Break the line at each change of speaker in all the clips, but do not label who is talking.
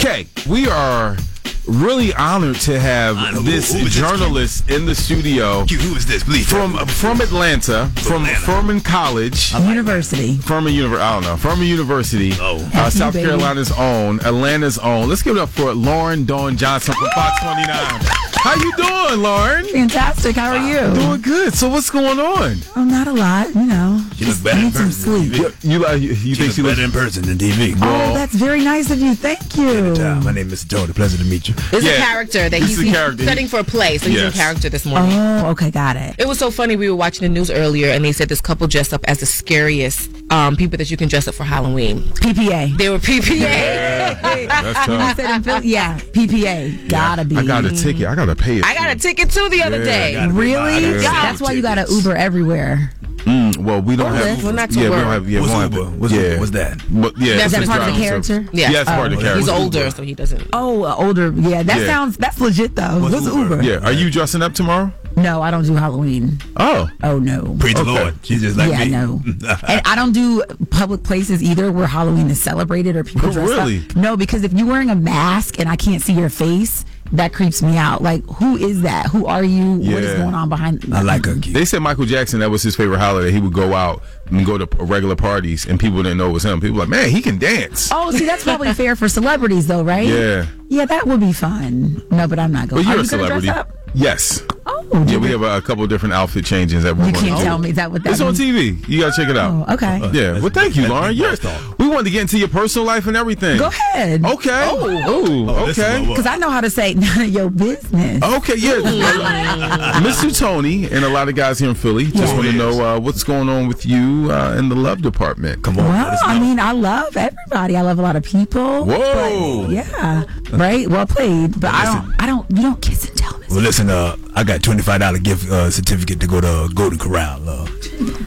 Okay, we are really honored to have
I know, who-
this
who is this
journalist in the studio
Q, who is this? Please. tell
from
me.
from Atlanta, from
Atlanta.
Furman College.
University.
Furman University, I don't know. Furman University,
Oh.
uh, South
baby.
Carolina's own, Atlanta's own. Let's give it up for Lauren Dawn Johnson from Fox 29. How you doing, Lauren?
Fantastic. How are you?
Doing good. So what's going on?
Oh, not a lot, you know.
She
Just
look better in
need some
person than
sleep.
TV.
You like you, you think
She
she looks
look better in person than TV.
Oh, that's very nice of you. Thank you.
Uh, My name is Tony. Pleasure to meet you.
It's
Yeah.
a character that
This
he's,
is a
he's
character.
studying for a play, so he's
Yes.
in character this morning.
Oh, okay, got it.
It was so funny. We were watching the news earlier, and they said this couple dressed up as the scariest um, people that you can dress up for Halloween.
PPA.
They were PPA.
that's
I
tough.
said in Philly- yeah, PPA. Gotta be.
Uh, I got a ticket. I gotta pay it.
I got a ticket too the other
Yeah,
day.
I got it.
Really?
Yeah.
That's why you got an Uber everywhere.
Mm, well, we don't have.
that's- Well, not to
yeah, we
work.
don't have. Yeah,
What's
we don't
Uber?
Have,
What's
yeah.
Uber? What's that?
But, yeah,
That's
it's
that
a
part of the
driving
character?
service. Yeah, it's part of the character.
Uh, He's
What's
older,
Uber?
so he doesn't.
Oh, uh, older. Yeah, that
Yeah.
sounds that's legit though.
What's
What's,
Uber?
Uber?
Yeah, are you dressing up tomorrow?
No, I don't do Halloween.
Oh,
Oh no.
Praise
Okay.
the Lord. She's just like
yeah,
me.
no. and I don't do public places either where Halloween is celebrated or people dress
Oh, Really?
up. No, because if you're wearing a mask and I can't see your face, that creeps me out. Like, who is that? Who are you? What
Yeah.
is going on behind?
I like her. Q.
they said Michael Jackson that was his favorite holiday. He would go out and go to regular parties, and people didn't know it was him. People were like, man, he can dance.
Oh, see, that's probably fair for celebrities, though, right?
Yeah.
Yeah, that would be fun. No, but I'm not
but
going.
you're
are
a
you gonna
celebrity.
Dress up?
Yes.
Oh,
Yeah, we have a, a couple different outfit changes that we're
you
going
can't
to
tell
do.
me. Is that what that
It's on
means?
TV. You gotta check it out.
Oh, okay.
Yeah. Well, thank you,
That's-
Lauren. Yes.
that's all.
We wanted to get into your personal life and everything.
Go ahead.
Okay. Oh.
Oh, listen,
okay.
well, well,
Because I know how to say none of your business.
Okay, yeah. Mr. Tony and a lot of guys here in Philly just
Yeah.
want to know uh, what's going on with you uh, in the love department. Come
on.
Well,
Let us
I
know.
mean, I love everybody. I love a lot of people.
Whoa.
But, yeah. Right. Well played. But I don't. I don't. You don't kiss and tell. Miss.
well, listen. Uh, I got twenty five dollar gift uh, certificate to go to Golden Corral. Uh,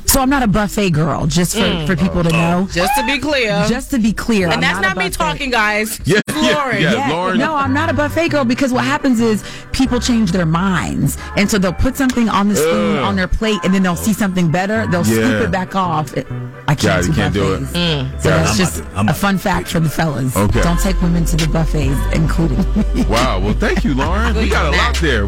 So I'm not a buffet girl. Just for, for people
Oh.
to know.
Mm. Just to be clear,
Just to be clear. I'm
and that's
not,
not,
a
me
buffet.
talking, guys.
Yeah,
It's
yeah,
Lauren.
yeah.
Yeah,
Lauren-
no, I'm not a buffet girl because what happens is people change their minds, and so they'll put something on the spoon
Ugh.
on their plate, and then they'll see something better, they'll
Yeah.
scoop it back off. It- I can't,
Yeah, you
do,
can't do it.
buffets. So
Mm.
Yeah,
that's
I'm
just
not- I'm
a
not-
fun fact for the fellas.
Okay.
Don't take women to the buffets, including me.
Wow. Well, thank you, Lauren. We got a lot there.